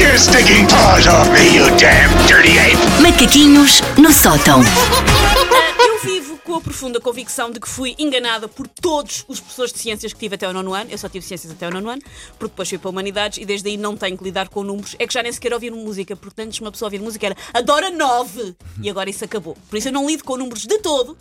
your stinking paws off me, you damn dirty ape! Macaquinhos no sótão. Ah, Eu vivo com a profunda convicção de que fui enganada por todos os professores de ciências que tive até o nono ano. Eu só tive ciências até o nono ano, porque depois fui para humanidades e desde aí não tenho que lidar com números. É que já nem sequer ouvir música, porque antes uma pessoa ouvir música era adora nove e agora isso acabou. Por isso eu não lido com números de todo.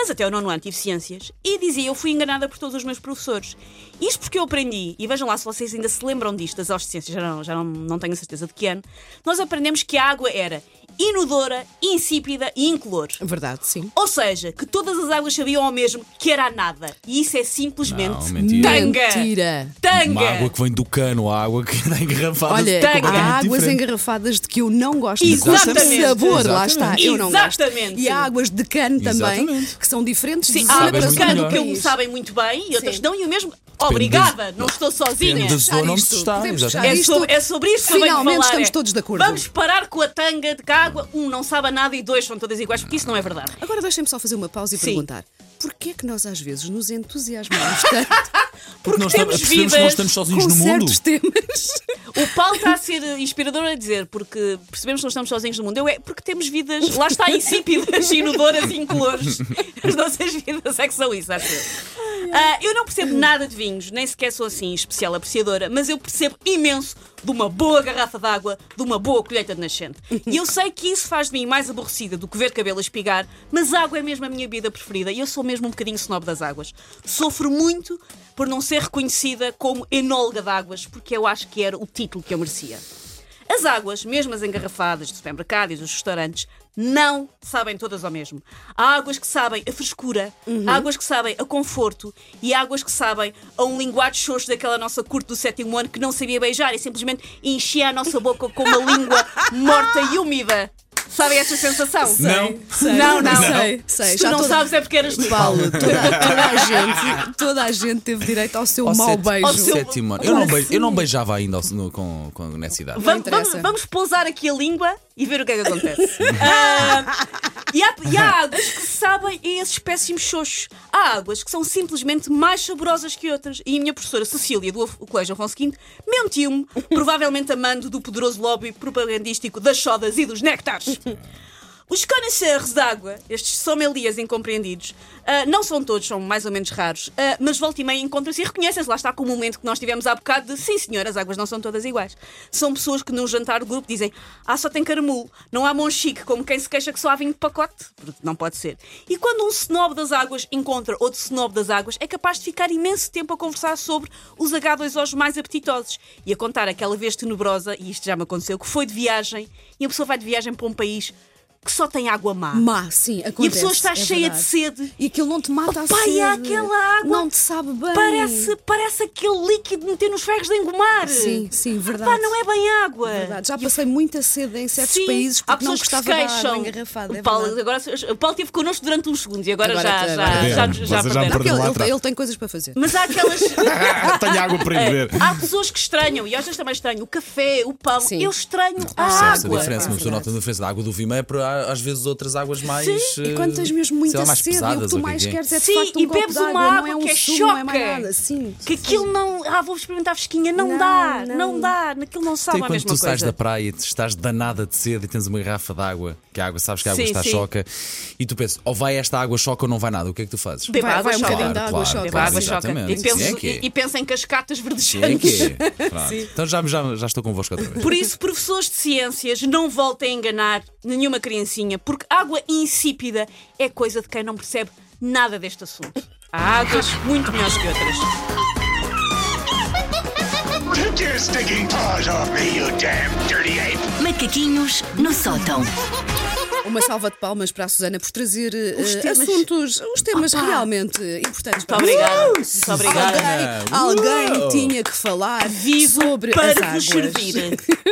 Mas até o nono ano tive ciências e dizia eu fui enganada por todos os meus professores. Isto porque eu aprendi, e vejam lá se vocês ainda se lembram disto, das ciências, já, não, já não, não tenho a certeza de que ano, nós aprendemos que a água era inodora, insípida e incolor. Verdade, sim. Ou seja, que todas as águas sabiam ao mesmo que era a nada. E isso é simplesmente Não, mentira. tanga. Mentira. Uma água Tanga. que vem do cano, a água que está engarrafada. Olha, completamente tanga. há águas diferente. engarrafadas de que eu não gosto é Exatamente. de sabor, lá está. Exatamente. Eu não gosto. Exatamente. E há águas de cano também, Exatamente. que são diferentes Sim, de há zona Sabem águas de para zona muito cano melhor. que do eu me país. sabem muito bem e outras Sim. não, e o mesmo. Obrigada, não estou sozinha. Depende da Fechar zona onde isto. se está. Podemos fechar exatamente. É isto. sobre, é sobre isto que eu venho Finalmente falar, estamos é. todos de acordo. Vamos parar com a tanga de que a água, um não sabe a nada e dois são todas iguais, porque isso não é verdade. Agora deixem-me só fazer uma pausa e Sim. perguntar. Porquê é que nós às vezes nos entusiasmamos tanto Porque nós temos estamos- percebemos que nós vidas estamos sozinhos com no mundo. certos temas? O Paulo está a ser inspirador a dizer, porque percebemos que não estamos sozinhos no mundo. Eu é porque temos vidas, lá está, insípidas, inodoras e incolores. As nossas vidas é que são isso, acho eu. Ah, eu não percebo nada de vinhos, nem sequer sou assim especial apreciadora, mas eu percebo imenso de uma boa garrafa de água, de uma boa colheita de nascente. E eu sei que isso faz de mim mais aborrecida do que ver cabelo a espigar, mas a água é mesmo a minha bebida preferida e eu sou mesmo um bocadinho snob das águas. Sofro muito por não ser reconhecida como enóloga de águas, porque eu acho que era o título que eu merecia. As águas, mesmo as engarrafadas do supermercado e dos restaurantes, não sabem todas ao mesmo. Há águas que sabem a frescura, Uhum. há águas que sabem a conforto e há águas que sabem a um linguado xoxo daquela nossa curte do sétimo ano que não sabia beijar e simplesmente enchia a nossa boca com uma língua morta e úmida. Sabem essa sensação? Não. Sei. Não, não. Sei, sei. Se tu Já não toda- sabes é porque eras tu. Paulo, toda, toda a gente, toda a gente teve direito ao seu mau sete- beijo. ao seu- sétimo ano. Eu não, Como beijo- eu não beijava ainda ao- no- com, com, nessa idade. Vamos, interessa. vamos, vamos pousar aqui a língua e ver o que é que acontece. Ah, e, há, e há águas que sabem a esses péssimos xoxos. Há águas que são simplesmente mais saborosas que outras. E a minha professora Cecília, do Af- o Colégio Afonso V, mentiu-me, provavelmente amando do poderoso lobby propagandístico das sodas e dos néctares. Os connoisseurs de água, estes sommeliers incompreendidos, ah, não são todos, são mais ou menos raros, ah, mas volta e meia encontram-se e reconhecem-se. Lá está com o momento que nós tivemos há bocado de sim, senhor, as águas não são todas iguais. São pessoas que num jantar de grupo dizem ah, só tem caramulo, não há mão chique, como quem se queixa que só há vinho de pacote, porque não pode ser. E quando um snob das águas encontra outro snob das águas, é capaz de ficar imenso tempo a conversar sobre os H2Os mais apetitosos e a contar aquela vez tenebrosa, e isto já me aconteceu, que foi de viagem e a pessoa vai de viagem para um país que só tem água má. Má, sim, acontece. e a pessoa está é cheia verdade. de sede. E aquilo não te mata a Opa, e sede. há aquela água Não te sabe bem. Parece, parece aquele líquido de meter nos ferros de engomar. Sim, sim, verdade. Pá, não é bem água. Verdade. Já passei muita sede em certos Sim, países há porque não pessoas que se gostava da água queixam. engarrafada. É o, Paulo, verdade. agora, o Paulo esteve connosco durante uns segundos e agora, Agora- já, já, agora- já, Perdemos, já vocês já me perderam. Porque ele, Lá ele- ele tem coisas para fazer. Mas há aquelas. Tenho água para beber. Há pessoas que estranham, e às vezes também estranho, o café, o pão. Sim. Eu estranho a Percebe-se água. a diferença. Uma pessoa Verdade. nota a diferença da água do Vimé para às vezes outras águas mais. E eh, quando tens mesmo sei muita lá, mais sede, e o que pesadas, tu ou é mais é. queres é de Sim, facto um e copo bebes de água, uma não água é um que é sumo, não é mais choca. nada. Sim. Que aquilo não. Ah, vou experimentar fresquinha. Não, Não, dá, não. não. dá. Naquilo não sabe Até a quando mesma tu sais coisa. da praia e te estás danada de sede e tens uma garrafa de água, que é a água, sabes que a água Sim, está sim. choca, e tu pensas, ou vai esta água choca ou não vai nada, o que é que tu fazes? Beba Vai- água vai um choca. bocadinho de água Claro, choca. Beba água Claro, choca. E exatamente. penso, Sim, é que é. e- e penso em cascatas Sim, é verdejantes. que é. Pronto. Então já, já, já estou convosco outra vez. Por isso, professores de ciências, não voltem a enganar nenhuma criancinha, porque água insípida é coisa de quem não percebe nada deste assunto. Há águas muito melhores que outras. Take your stinking paws off me, you damn dirty ape! Macaquinhos no sótão. Uma salva de palmas para a Susana por trazer eh, Os temas- assuntos, os temas realmente importantes para Muito obrigada. Uh! Muito obrigada. Alguém, alguém Uau! tinha que falar Vivo sobre as para vos águas. servir.